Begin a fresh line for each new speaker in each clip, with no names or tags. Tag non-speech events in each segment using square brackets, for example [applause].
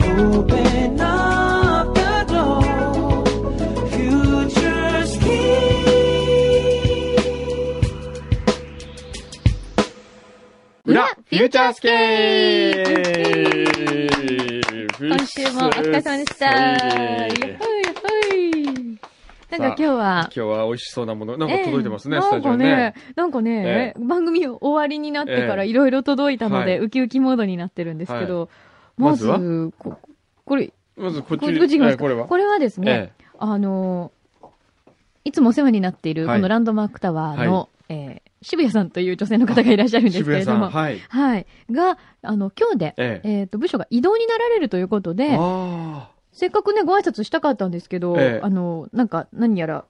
Open up the door, future's key.
裏フューチャースケ
ー
ープ
今週もお疲れ様でした。やっほいやっ
今
ほい。なんか今日は、
日は美味しそうなもの、なんか届いてますね、
ええ
スタジオにね。
なんかね、なんかね、番組終わりになってから
ええ
いろいろ届いたので、
はい
ウキウキモードになってるんですけど、
ま
ま
ず
ず、
は
ここれ、
まずこっち、
こっち行きま
え
す
えこれは。
これはですね、
ええ
あのー、いつもお世話になっている、
は
こ
い
のランドマークタワーの、えー渋谷さんという女性の方がいらっしゃるんですけ
渋
れ
谷
ど
さん、
も、
はい。
はい。が、あの、今日で、
ええ
えっ、と、部署が移動になられるということで、
あ
せっかくね、ご挨拶したかったんですけど、
ええ
あの、なんか、何やら、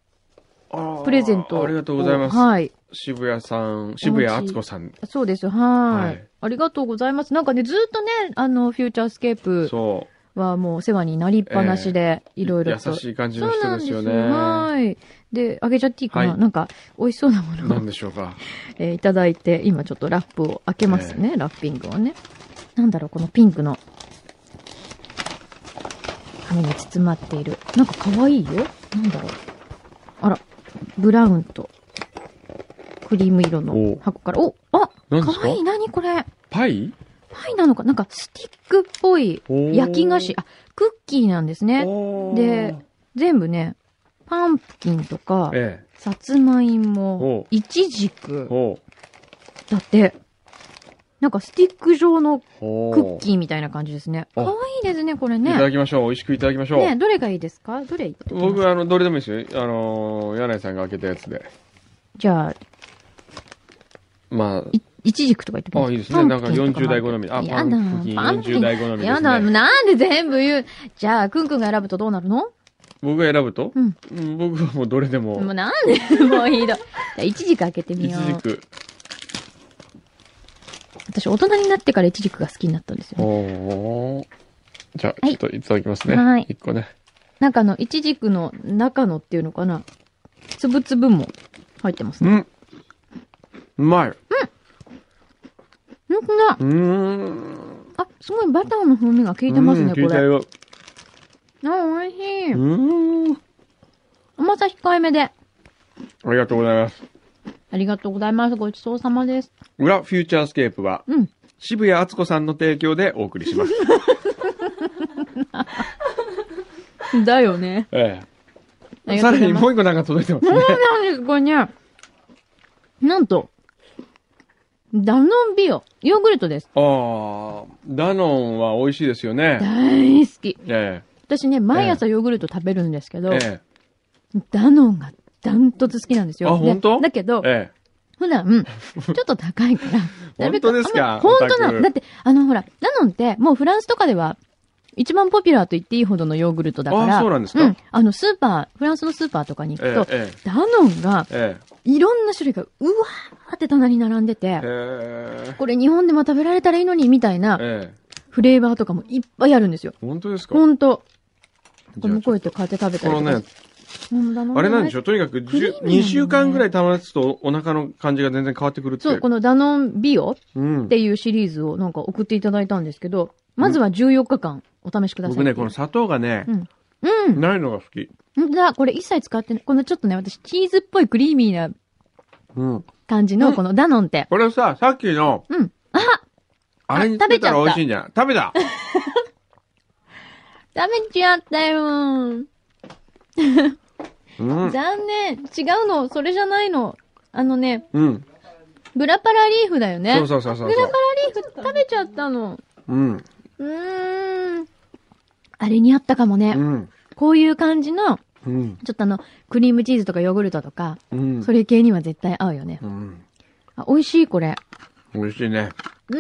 ーあー
プレゼントを
ありがとうございます。
はい。
渋谷さん、渋谷敦子さん。
そうです、はい,、
はい
ありがとうございます。なんかね、ずっとね、あの、フューチャースケープ
そ
はもうお世話になりっぱなしで、
う。
いろいろと。
優しい感じ
そ
の
う
人
なん
で
ですす
よ
よ。
ね。
はい。で、あげちゃっていいかな、
はい
なんか、美味しそうなもの
な
を
ん、でしょうか。
えーいただいて、今ちょっとラップを開けますね、ラッピングをね。なんだろう、このピンクの、紙に包まっている。なんか可愛いよ。なんだろう。あら、ブラウンと、クリーム色
お
の
う
箱から、おあ
何です
可
か
愛い何これ
パイ
パイなのかなんかスティックっぽい焼き菓子。。あ、クッキーなんですね。
おー
で、全部ね、パンプキンとか、
え
さつまい
おう
も、いちじ
え。
く、
お
だって、なんかスティック状のクッ
ー。
キーみたいな感じですね。
お
可愛いですね、これ
いただ
ね。
きましょう。美味しくいただきましょう。
ねどれがいいですかどれいただきます
僕、あの、どれでもいいですよ。あのー、柳井さんが開けたやつで。
じゃあ、
ま
い、いちじくとか言って
あ、
み
あ
ま
あ、いいですね。なんか
パンプキンと
40
もあ
代
る
好み。あ、
や
パ
だ
ンプキン
パンプキン
40代好みで
や
す
だ、
ね。
なんで全部言う。じゃあ、くんくんが選ぶとどうなるの
僕が選ぶと
うん
うん僕はもうどれで
もう
も、
なんで、
[laughs]
もういいだ。じゃあ、いちじく開けて
い
みよ
ちじ
う。
く。
私、大人になってからいちじくが好きになったんですよね。
おーじゃあ、ち
は
ょ
い
っといただきますね。
はい
一個ね。
なんかあの、いちじくの中のっていうのかな。つぶつぶも入ってます
う
ね。
ん。うまい。
ほんとだ
う。ーん。
あ、すごいバターの風味が効いてます
うん
ね、こ
聞いた
れ。あ、
よ。。
美味しいう
ーん。
甘さ控えめで。
ありがとうございます。
ありがとうございます。ごちそうさまです。
裏フューチャースケープは、
うん。
渋谷敦子さんの提供でお送りし
[laughs]
ます。
だよね。
え
あり
え。
が
さ
と
らに
うございます
もう一個なんか届いてます
そう
ね。
[laughs] なんです、これね。なんと、ダノンビオ、ヨーグルトです。
ああ、ダノンは美味しいですよね。
大好き。
え
私ね、毎朝ヨーグルト食べるんですけ
え。
ど、
え
ダノンがダントツ好きなんですよ。
あ本当
でだけど
え。、え
普段、うんちょっと高いから。なるべく
[laughs] 本当ですか
あんま本当な
オタ
の。
ク
だって、あの、ほら、ダノンって、もうフランスとかでは、一番ポピュラーと言っていいほどのヨーグルトだから。
あそうなんですか
うん。あの、スーパー、フランスのスーパーとかに行
え。え
くと、
え。
ダノンが、
ええ。
いろんな種類が、うわーって棚に並んでて
え、え。
これ日本でも食べられたらいいのに、みたいな
ええ。
フレーバーとかもいっぱいあるんですよ。
本当ですか
ほんと。
じゃあ
向こう行って買って食べ
こ
たり
の
とか
ね
し。、うんダノン
あれなんでし
ょ
ょうとにかく、
リームなのね
2週間ぐらい保つとお腹の感じが全然変わってくるって。
そう、このダノンビオ
うん
っ。ていうシリーズをなんか送っていただいたんですけど、まずは14日間お試しください。
僕ね、この砂糖がね
う、ん。うん。
ないのが好き。
本当だ、これ一切使ってない。このちょっとね、私、チーズっぽいクリーミーな
うん。
感じ
うん
の、このダノンって。
これさ、さっきの、
うん。あ
あれにつけたら美味しいんじゃん。食べた
食べちゃったよ [laughs]
うん。
残念。違うの、それじゃないの。あのね、
うん。
グラパラリーフだよね。
そうそうそうそう
グ
そ
ラ
う
パ。ラリーフ食べちゃったの。
うん。
うーん。あれにあったかもね。
うん。
こういう感じの、ち
うん。
ょっとあの、クリームチーズとかヨーグルトとか、
うん
そ。れ系には絶対合うよね。
うん。
あ、美味しい、これ。
美味しいね。
う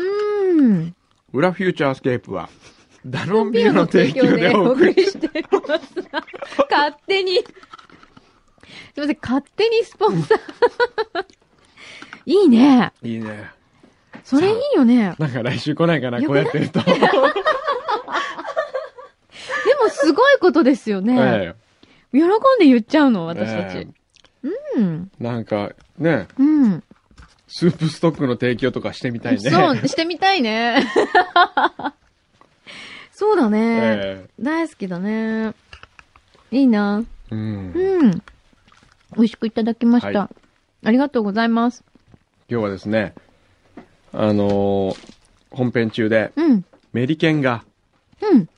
ーん。
裏フューチャースケープは、ダノンビールの提供でお送り。
りしてます。勝手に。すいません、勝手にスポンサー。いいね。
いいね。
それいいよね。
なんか来週来ないかな、
よ
こ
く
う
な
や
い
ってると。
でもすごいことですよね。
え
喜んで言っちゃうの、
え
私た
え
ち。うん。
えなんか、ね、
うん。
スープストックの提供とかしてみたいね。
そう、してみたいね。だね、
え
大好きだね。いいな。
えうん。今
うん。美味しくいただきました。
は
ありがとうございます。
日はですね、あのー本編中で、
うん。
メリケンが
うん。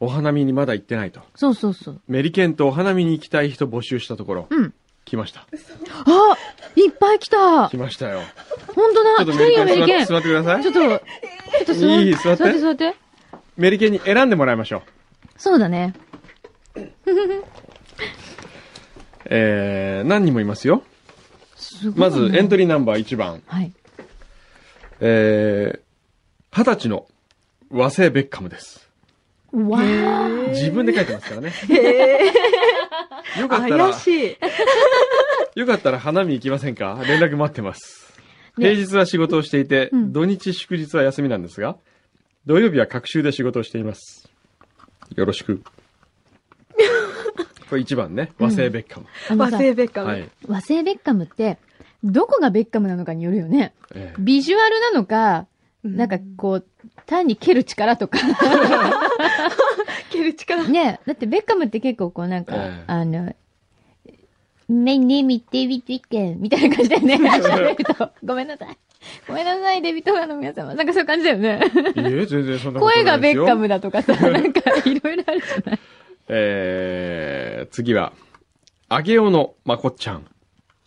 お花見にまだ行ってないと。
そうそうそう。
メリケンとお花見に行きたい人募集したところ、
うん。
来ました。
あいっぱい来た
来ましたよ。
ほんと
ちょ
だ
っと
来
メ
てる
リケ
よ、
ン座って
メリケンち
座
ょ
ってください
っと、ちょっと座
いい座って
座って座って。
メリケンに選んでもらいましょう。
そうだね。
えー、何人もいますよ。
すごい、
まず、エントリーナンバー1番、
はい。
えー、20歳の和製ベッカムです。
わー。
自分で書いてますからね。
へえ。
よかったら
怪、しい。
よかったら花見行きませんか連絡待ってます。
ね
平日は仕事をしていて、
うん
土日祝日は休みなんですが、土曜日は隔週で仕事をしています。よろし
[laughs]
く。これ1番ね、和製ベッカム。
あの
和
さ、
製ベッカ
はい
ム。。
和製ベッカムって、どこがベッカムなのかによるよね。
ええ
ビジュアルなのか、なんかこう、単に蹴る力とか。
蹴る力。
ねだってベッカムって結構こうなんか、
ええ
あの、目に見てみてけみたいな感じだよ [laughs] ね。喋るとごめんなさい。ごめんなさい、デビットファンの皆様。なんかそういう感じだよね。
いえ、全然そんなことないですよ。
声がベッカムだとかさ、なんかいろいろあるじゃない。
えー、次は、あげおのまこっちゃん。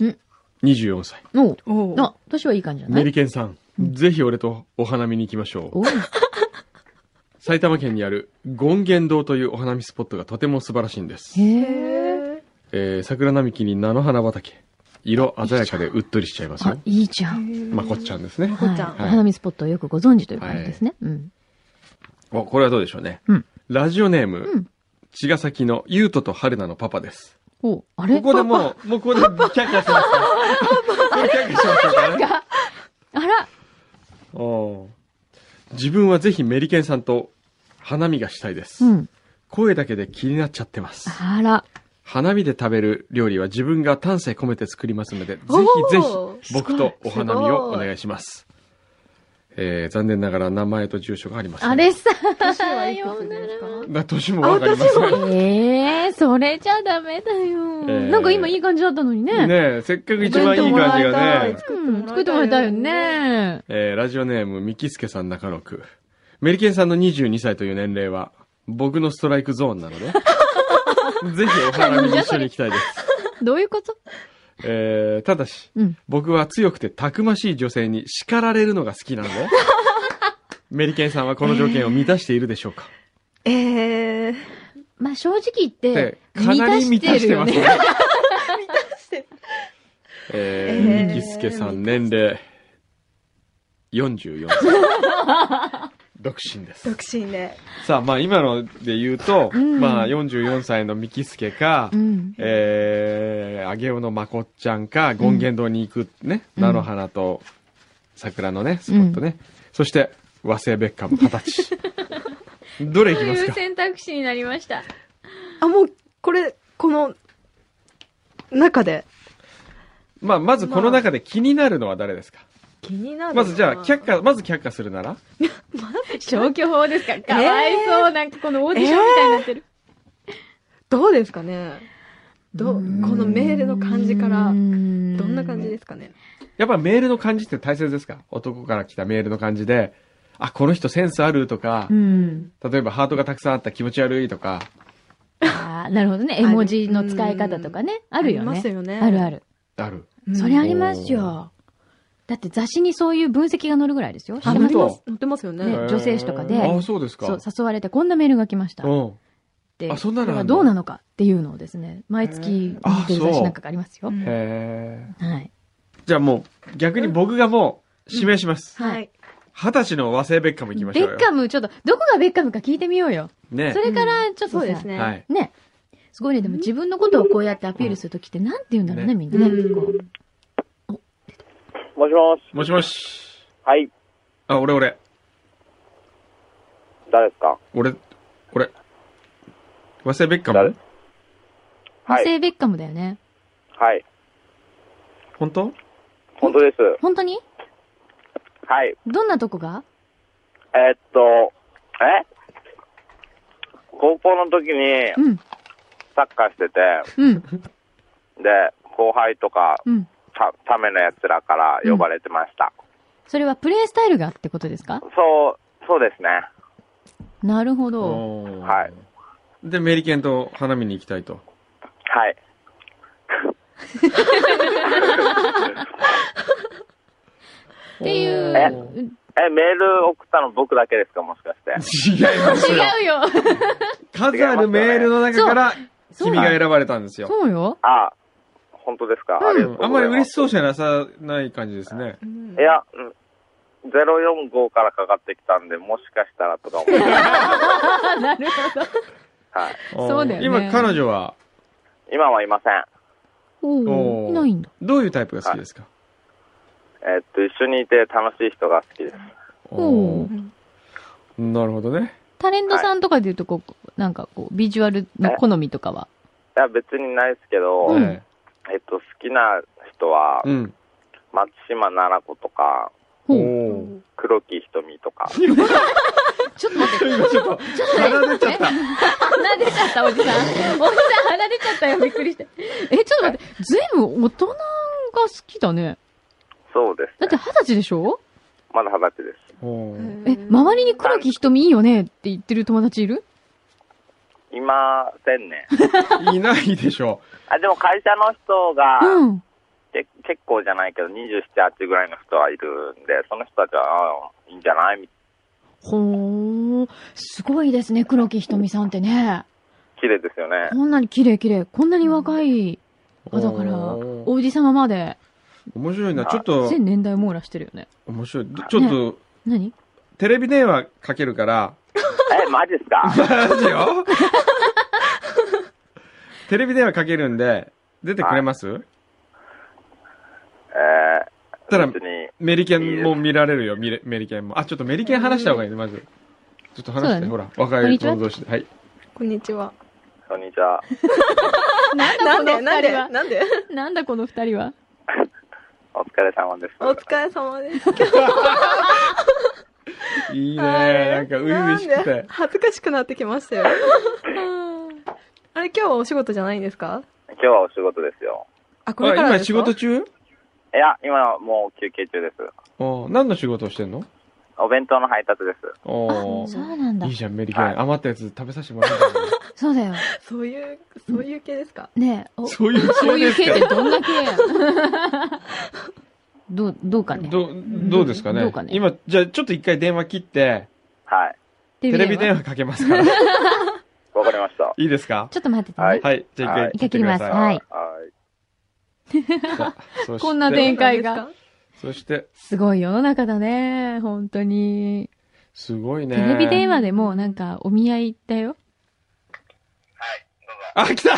ん
?24 歳。
もう、
おう
あ、年はいい感じじゃな
メ
い
リケンさん、ぜひ俺とお花見に行きましょう。
おう
埼玉県にある権現堂というお花見スポットがとても素晴らしいんです。
へえ。
へえ。
えー、桜並木に菜の花畑。色鮮やかでうっとりしちゃいます
あ
よ、。
いいじゃん。
まこっちゃんですね。
こっちゃん
はいお花見スポットをよくご存知という感じですね。うん。
お、これはどうでしょうね。
うん
ラジオネーム、
うん
茅ヶ崎のゆうとと春菜のパパです。
お、あれ
ここでもう、もうここでキャッキャしますよ。キャッキャしましょうかね。
あら
お自分はぜひメリケンさんと花見がしたいです、
うん。
声だけで気になっちゃってます
あら。
花見で食べる料理は自分が丹精込めて作りますのでぜ
おー
ひぜひ僕とお花見をお
すごい
願いしますえー、残念ながら名前と住所がありません
あれさ、
年はいくつですか
な年もわかりません
ええそれじゃダメだよ、
ええ
なんか今いい感じだったのにね。
ねえせっかく一番いい感じ
お弁当もら
が
え
ね
た、
うん、作ってもらいたいよね。
えー、ラジオネームみきすけさん中野区メリケンさんの22歳という年齢は僕のストライクゾーンなのでぜひお花見に一緒に行きたいです
どういうこと
えー、ただし、
うん。
僕は強くてたくましい女性に叱られるのが好きなので、メリケンさんはこの条件を満たしているでしょうか、
ええ。
まあ、正直言って、
でかなり満たしてますね。。
え
え
ー
ー、ミキスケさん年齢44歳。独身です。
独身で。
さあ、まあ今ので言うと、
ん
まあ44歳のミキスケか、
うん。
えー、あげおのまこっちゃんか、権現堂に行くね、
うん
菜の花と桜のね、スポットね。そして、和製ベッカム二十
[laughs]
歳。どれ行きますか
選択肢になりました。
あ、もう、これ、この、中で。
まあ、まずこの中で気になるのは誰ですか、
気になる
まずじゃあ、却下、まず却下するなら
消去法ですかかわいそう。なんかこのオーディションみたいになってる。
どうですかねどう、このメールの感じから、どん
ん
な感じですかね
やっぱメールの感じって大切ですか男から来たメールの感じで、あ、この人センスあるとか
う、ん。
例えばハートがたくさんあった気持ち悪いとか、
ああ、なるほどね。絵文字の使い方とかね。あるよね。
ありますよね
あるある。
ある。
それありますよ。だって雑誌にそういう分析が載るぐらいですよ。知
あ
りません
本
載ってますよね。
ね
へー
女性誌とかで
あ、そうですか。
そう、誘われてこんなメールが来ました。
うん。
で
あそんなのある
これ
の
はどうなのかっていうのをですね、毎月見てる雑誌なんかがありますよ
う。ん
へー
はい。
じゃあもう、逆に僕がもう、指名します。
はい。
二十歳の和製ベッカム行き
ベ
ましょうよ。
ッカム、ちょっと、どこがベッカムか聞いてみようよ。
ね
そ。れから、ちょっと
そう
さ
ですね。
はい。
ね。すごいね、でも自分のことをこうやってアピールするときって、なんて言うんだろうね、
ね
みん
う
なね。こ
ん
う。
もしもし。
もしもし。
はい。
あ、俺俺。
誰ですか
俺、俺。和製ベッカ
誰
ム
和
はい
製ベッカムだよね。
はい。
本当
本当です。
本当に
はい。
どんなとこが
えーっと、え高校の時に
うん、
サッカーしてて、
うん、
で、後輩とか、
うん。
た、ための奴らから呼ばれてました。
それはプレイスタイルがってことですか
そう、そうですね。
なるほど。
は
はいで、メリケンと花見に行きたいと。
はい。
ってい
え
う。
え、メール送ったの僕だけですかもしか
[laughs]
して。
違いますよ。
違うよ。
数あるメールの中から、
そう
君が選ばれたんですよ。
そうよ。
あ、本当ですか、ありがとうございます。
あんまり嬉しそうじゃなさない感じですね。
いや、うん045からかかってきたんで、もしかしたらとか
[laughs]
思って。 [laughs]
なるほど。
はい。
そうだよね
今、彼女は、
今はいません。
お
お
お。
ー
いないんだ。
どういうタイプが好きですか
えっと、一緒にいて楽しい人が好きです。
お
お
ー
ーなるほどね。
タレントさんとかで言うと、こう、なんかこう、ビジュアルの好みとかは。
いや、別にないですけど、
うん
え
えっと、好きな人は
え、うん。
松島奈々子とか、
ほう
おー
黒木瞳とか。
ちょっと待って。
今ちょっと、鼻出ちゃった。
鼻出ちゃった、おじさん。おじさん鼻出ちゃったよ、びっくりして。え、ちょっと待って。ずいぶん大人が好きだね。
そうです、
だって
ね。
二十歳でしょ
まだ二十歳です。
おー
え、周りに黒木瞳いいよねって言ってる友達いる
いませんね。
いないでしょ
あ、でも会社の人が、
うん。
け結構じゃないけど、27、8ぐらいの人はいるんで、その人たちは、あーいいんじゃないみ
ほー。すごいですね、黒木瞳さんってね。
綺麗です
[laughs]
よね。
こんなに綺麗綺麗。こんなに若い。
う。
あだから、
おー
おじさままで、
面白いな。ちょっと、
全年代網羅してるよね。
面白い。ちょっと、
何
テレビ電話かけるから、
え、マジっすか
マジよ [laughs] テレビ電話かけるんで、出てくれます、
えー、
ただ
別に、
メリケンも見られるよ、ミレメリケンも。あ、ちょっとメリケン話した方がいいね、まず。ちょっと話
そう
し
だ
て、
ね
ほら、若
こん
い
にちは
者同士で。はい。
こんにちは。
こんにちは。
なんで、なんで、
は。
なんで。
[laughs] なんだこの二人は。
お疲れ様です。
お疲れ様です。
いいねなんか、う々しく
なん
て
で。恥ずかしくなってきましたよ。あれ、今日はお仕事じゃないんですか
今日はお仕事ですよ。
あ、こ
あ
れから
今
です
仕
か
事中
いや、今はもう休憩中です。
お何の仕事をしてんの
お弁当の配達です。
おー
そうなんだ
いい。じゃん、メリケ
はい
ン。余ったやつ食べさせてもらうんだよね
そうだよ。
そういう、そういう系ですか
ねえ、お
そういう
[laughs] そういう
系
系っ
です
て
か
どんな系や [laughs] どう、どうかね。
どどうですかね
どうかね
今、じゃあちょっと一回電話切って、
はい。
テ
テレビ電
話。
話かけます
[laughs]
から。い
わかりました。はい
ですか
ちょっと待っててね。
はい
はい。じゃあ
はい
一回切ってください。
一回切りますはい
い。
そして
こんな電解が。
そして、
すごい世の中だね。本当に。
すごいね。
テレビ電話でもうなんかお見合いだよ。
あ、来た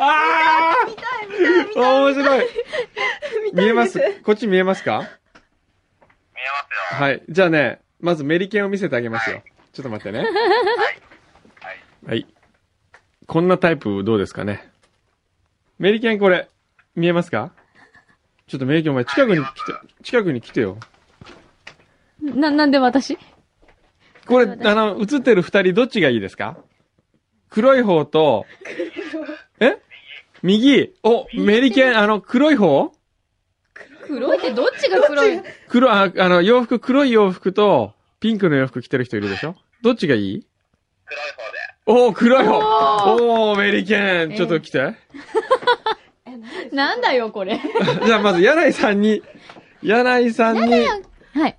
あー面白い見えますこっち見えますか見えますよ。はい。じゃあね、まずメリケンを見せてあげますよ。ちょっと待ってね。はい。はい。こんなタイプどうですかねメリケンこれ、見えますかちょっとメリケンお前近くに来て、近くに来てよ。
な、なんで私
これ、あの、映ってる二人どっちがいいですか黒い方と、え右。お、メリケン、あの、黒い方
黒いってどっちが黒い
黒、あ、あの、洋服、黒い洋服と、ピンクの洋服着てる人いるでしょどっちがいい黒い方で。おー黒い方おーメリケン、ちょっと来て。
[laughs]
[laughs]
なんだよ、これ。
じゃあ、まず、柳井さんに、柳井さんに、
はい。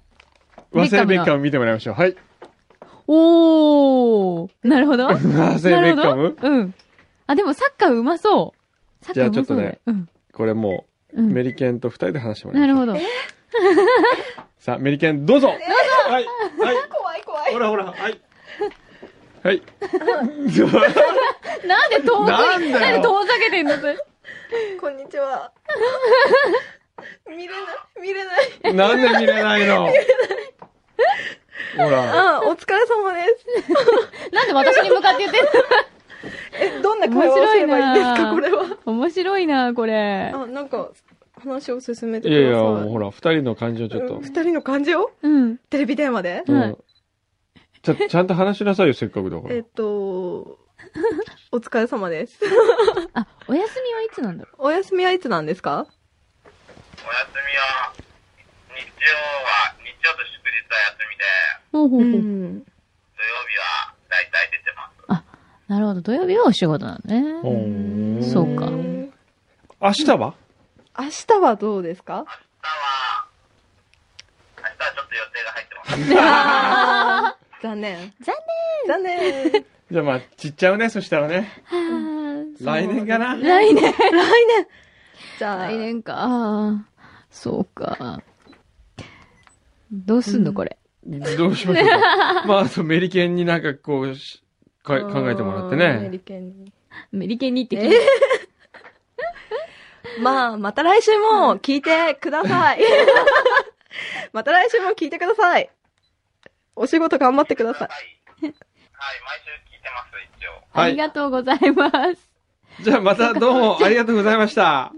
和製ベッカム見てもらいましょう。はい。
おー。なるほど。
和製ベ
なる
ッカ
ほ
ム
ど。うん。あ、でもサッカーうまそう。サッカーうまそう。
じゃあちょっとね。
うん。
これもう、
うん
メリケンと二人で話してもらいましょう
なる。ほど。
さあ、メリケン、どうぞどうぞはい、はい、
怖い怖い。
ほらほら、はい。はい。 [laughs]
なんで遠く
なんだ
に、
よ
なんで遠ざけてんのそれ。
こんにちは。見れない、見れない。
なんで見れないのほら、
あ、お疲れ様です。
なんで私に向かって言ってんの
え、どんな会話をすればいいんですか、こ
面
れは。
[laughs] 面白いな、これ。
あ、なんか、話を進めて
い
く
やいや、
だ
も
さ
う
い。
ほら、二人の感情ちょっ
うん
と。
二人の感じを
うん。
テレビ電話で
うん
うんちゃ、ちゃんと話しなさいよ、せっかくだか
えっ
ら。
と、 [laughs] お疲れ様です。 [laughs]
あ、お休みはいつなんだろ
お休みはいつなんですか
お休みは、日曜は、日曜と祝日は休みで、
う。ほうほ
う。ん。
土曜日は大体出てます。
なるほど。土曜日はお仕事なの
お
ね。
ー
そうか
明
明日は
日はどうです
[laughs]
か
明日はちょっと予定が入ってます。
あー残念。
残
残念。
じゃあまあ、ちっちゃうね、そしたらね。
はあ
来年かな
[laughs]
来年。
じゃあ、
来年か。あーそうか。どうすんの、これ。
どうしましょうか。 [laughs] まあ、あとメリケンになんかこうし、か考えてもらって
メリ
ね。
ケンに
メリケンに行ってき
え
て。 [laughs]
まあ、また来週も聞いてください。 [laughs] また来週も聞いてください。お仕事頑張ってください。
はい、毎週聞いてます、一応。
あ
は
り
い。
がとうございます。
じゃあまたどうもありがとうございました。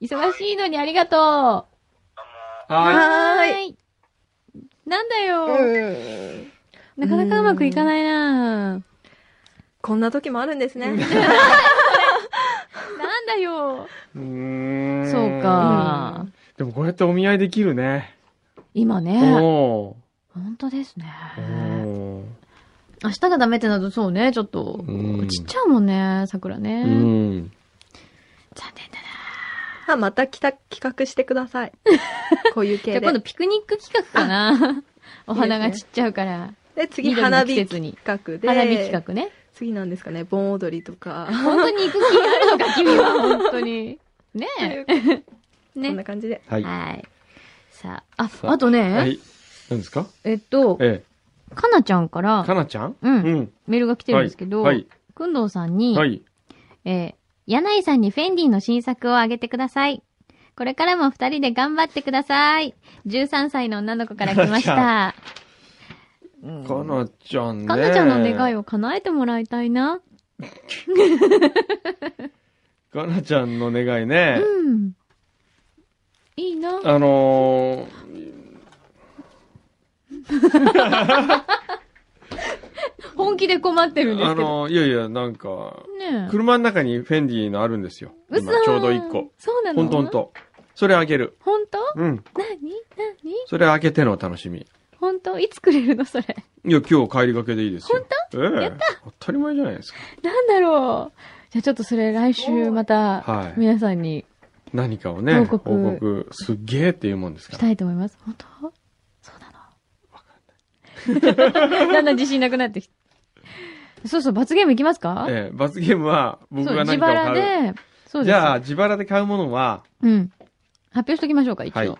忙しいのにありがとう。
は
ーい
ーい。なんだよ。
うん
なかなかうまくいかないな
こんな時もあるんですね。
なんだよ。
い。うーん
そう。か。
でもこうやってお見合いできるね。
今ね。
お
本当ですね。
ーお
明日がダメってなるとそうね、ちょっと。
うん
ちっちゃうもんね、桜ね。
ー。うん。
残念だな。
まあまたきた企画してくだ [laughs] さい。こういう
じゃ
系
あ今度
で。
ピクニック企画かな。 [laughs] お花がちっちゃうから。
で、次、
緑の
花
季
火
節に
企画で。
花火企画ね。
次なんですかね、盆踊りとか。
本当に行く気あるのか、君は。本当に。ねえ。
こん
ね
な。感じで。
はい。
はい。さあ、あ、
さあ
あとね、
はい。何ですか
えっと、
え
かなちゃんか、
え。からなちゃん
う、
うんん。
メールが来てるんですけど、
はい。
くんどうさんに、
はい。
えー、柳井さんにフェンディの新作をあげてください。これからも二人で頑張ってください。13歳の女の子から
[laughs]
来ました。うん
かなちゃんね。
かなちゃんの願いを叶えてもらいたいな。
かなちゃんの願いね。
うん。いいな。
あの
本気で困ってる
ー、
んで
あ
すけど。
のー、いやいや、なんか、
ねえ。
車の中にフェンディのあるんですよ。
う
今ちょうど一個。。
そうなの
ほんとほん。と。それあげる。
ほんと
うん。
なになに
それ開けてのお楽しみ。
ほんといつくれるのそれ。
いや、今日帰りがけでいいですよ。本当ええ当たり前じゃないですか。
なんだろう。じゃあちょっとそれ来週ま
は
た、
い
皆さんに
何かをね、報
報告
告、すっげえっていうもんですか
し
ら。
たいと思います。本当そうなのだんだん自信なくなってきて。そうそう、罰ゲームいきますか
ええ、罰ゲームは僕
そう、
が
自
何かを買
腹
う。
で。そうです。
じゃあ、、自腹で買うものは、
うん。発表しときましょうか、一応。
はい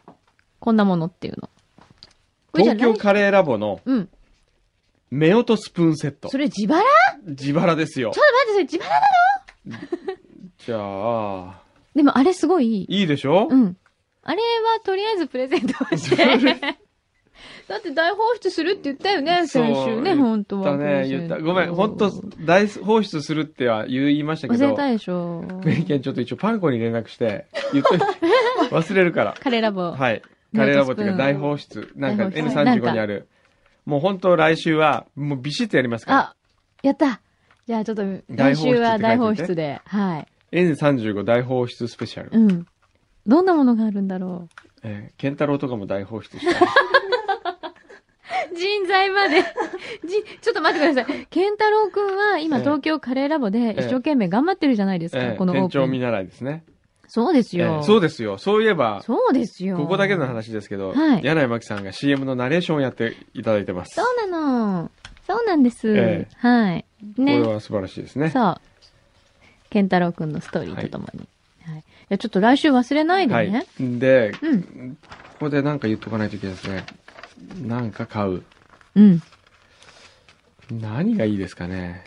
こんなものっていうの。これじゃ
東京
来
カレーラボの
うん。
目音スプーンセット
そ。れ自腹ちょ
自腹ですよ
っ。と待って、それ自腹だ
じゃあ、
でもあれすごいいい。
いいでしょ
うん。あれはとりあえずプレゼント
[laughs]
をして。だって大放出するって言ったよね、
そう
先週ね、本当
だ
は。
ね、言った。ごめん、ほんと
忘、
大放出するっては言いましたけ
れ
ど、
たでしょ。
メリケンちょっと一応パンコに連絡して、言っ
[laughs]
といて。忘れるから。
カレーラボ。
はい。カレーラボっていうか
メ
大
イ
放出。なんか
大放出
N35 にある。もう本当来週は、もうビシッとやりますから。
あ、やったじゃあちょっと、
大
来
放出って書いてて
週は大放出で。はい。
N35 大放出スペシャル。
うん。どんなものがあるんだろ
えーケンタロウとかも大放出
[laughs]
した。
う。人材まで。 [laughs] じ、ちょっと待ってください。ケンタロウくんは今
ええ
東京カレーラボで一生懸命頑張ってるじゃないですか、
え
こ
ー、
のオ
店
ープ
長見
ン。
習いですね。
そうです
え
よ。
ーそうですよ。そういえば、
そうですよ。
ここだけの話ですけど、
はい
柳井真紀さんが CM のナレーションをやっていただいてます。
そうなの。そうなんです。
ええ
はい。ね
これ。は素晴らしいですね。
そう。ケンタロウくんのストーリーとともに。はい。いや、ちょっと来週忘れないで
は
ね
い。。で、
うん。
ここでなんか言っとかないといけないですね。なんか買う。
うん。
何がいいですかね。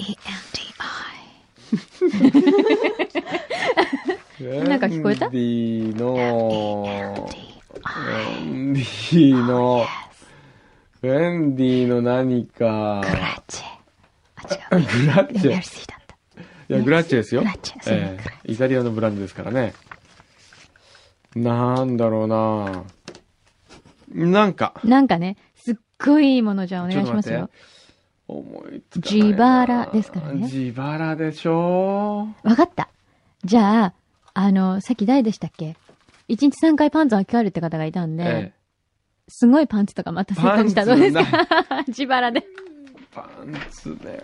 F-E-N-D-I。
なん
か聞こえた
?D の、
F-E-N-D-I。
ウェンディの、ウェンディの何か、
グラッチェ。あ、違う。
グラッチ
や
ェ
り。すぎだった。
いや、グラッチェですよ。
グラッチェそう
ええ
グラッ
イタリアのブランドですからね。なんだろうななんか、
なんかね、すっごいいいものじゃあお願いします
ちょっ
よ
と。思いつかないな
自腹ですからね
自腹でしょ
わかった。じゃあ、あの、さっき誰でしたっけ一日三回パンツを履き替えるって方がいたん
う、
で、
え
すごいパンツとかまたセットにしたらどうですか [laughs] 自腹で。
えパンツね。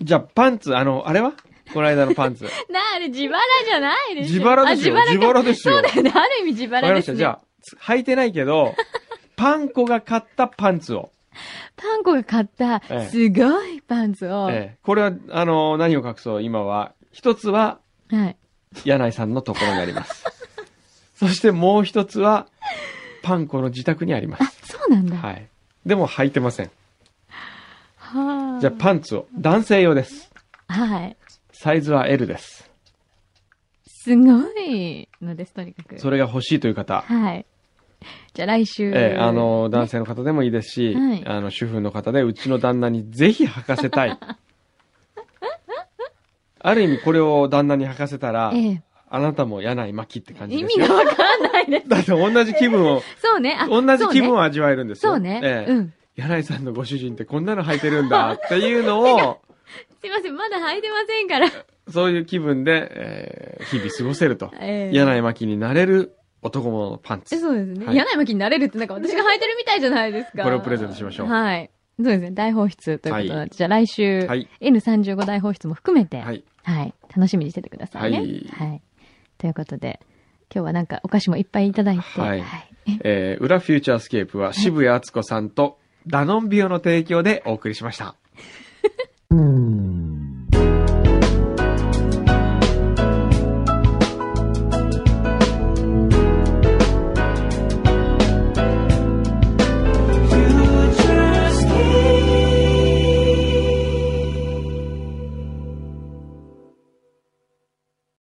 じゃあ、パンツ、あの、あれはこの間のパン
[laughs]
ツ。
なあ、あれ自腹じゃないでし
自
ょ。
腹ですよ
あ
自腹ですよ
そうだよね。ある意味自
わか
腹
りまし
です、
た。
ね。
じゃあ、履いてないけど、パンコが買ったパンツを。
パンコが買った
ええ、
すごいパンツを、
ええ、これは、あの、何を隠そう、今は。一つは、
はい。
柳井さんのところにあり
[laughs]
ます。そしてもう一つは、パンコの自宅にありま
あ
す。、
そうなんだ。
はい。でも履いてません。
はあ。
じゃあ、パンツを。男性用です。
はい。
サイズは L です。
すごいのです、とにかく。
それが欲しいという方。
はい。じゃあ来週。
ええ、あの、男性の方でもいいですし、
はい
あの、主婦の方で、うちの旦那にぜひ履かせ
[laughs]
たい。ある意味、これを旦那に履かせたら、
ええ。
あなたも柳井真紀って感じ
意
です
味が
よ。
わかんないです。
だって同じ気分を、
そうね。あ
同じ気分を味わえるんですよ。
そうね。そうね
ええ
うん。
柳井さんのご主人ってこんなの履いてるんだっていうのを、
[laughs] すいません、まだ履いてませんから。
そういう気分で、えー日々過ごせると。
ええ
柳井真紀になれる男物のパン
え
ツ。
そうですね。
はい
柳巻になれるってなんか私が履いてるみたいじゃないですか。
これをプレゼントしましょう
はい。そうですね。大放出ということなので、
はい
じゃあ来週、
はい
N35 大放出も含めて、
は
はい。
い。
楽しみにしててくださいね。
は
はいい。ということで、今日はなんかお菓子もいっぱいいただいて、
はい
え
えー、裏フューチャースケープは渋谷敦子さんとダノンビオの提供でお送りしました。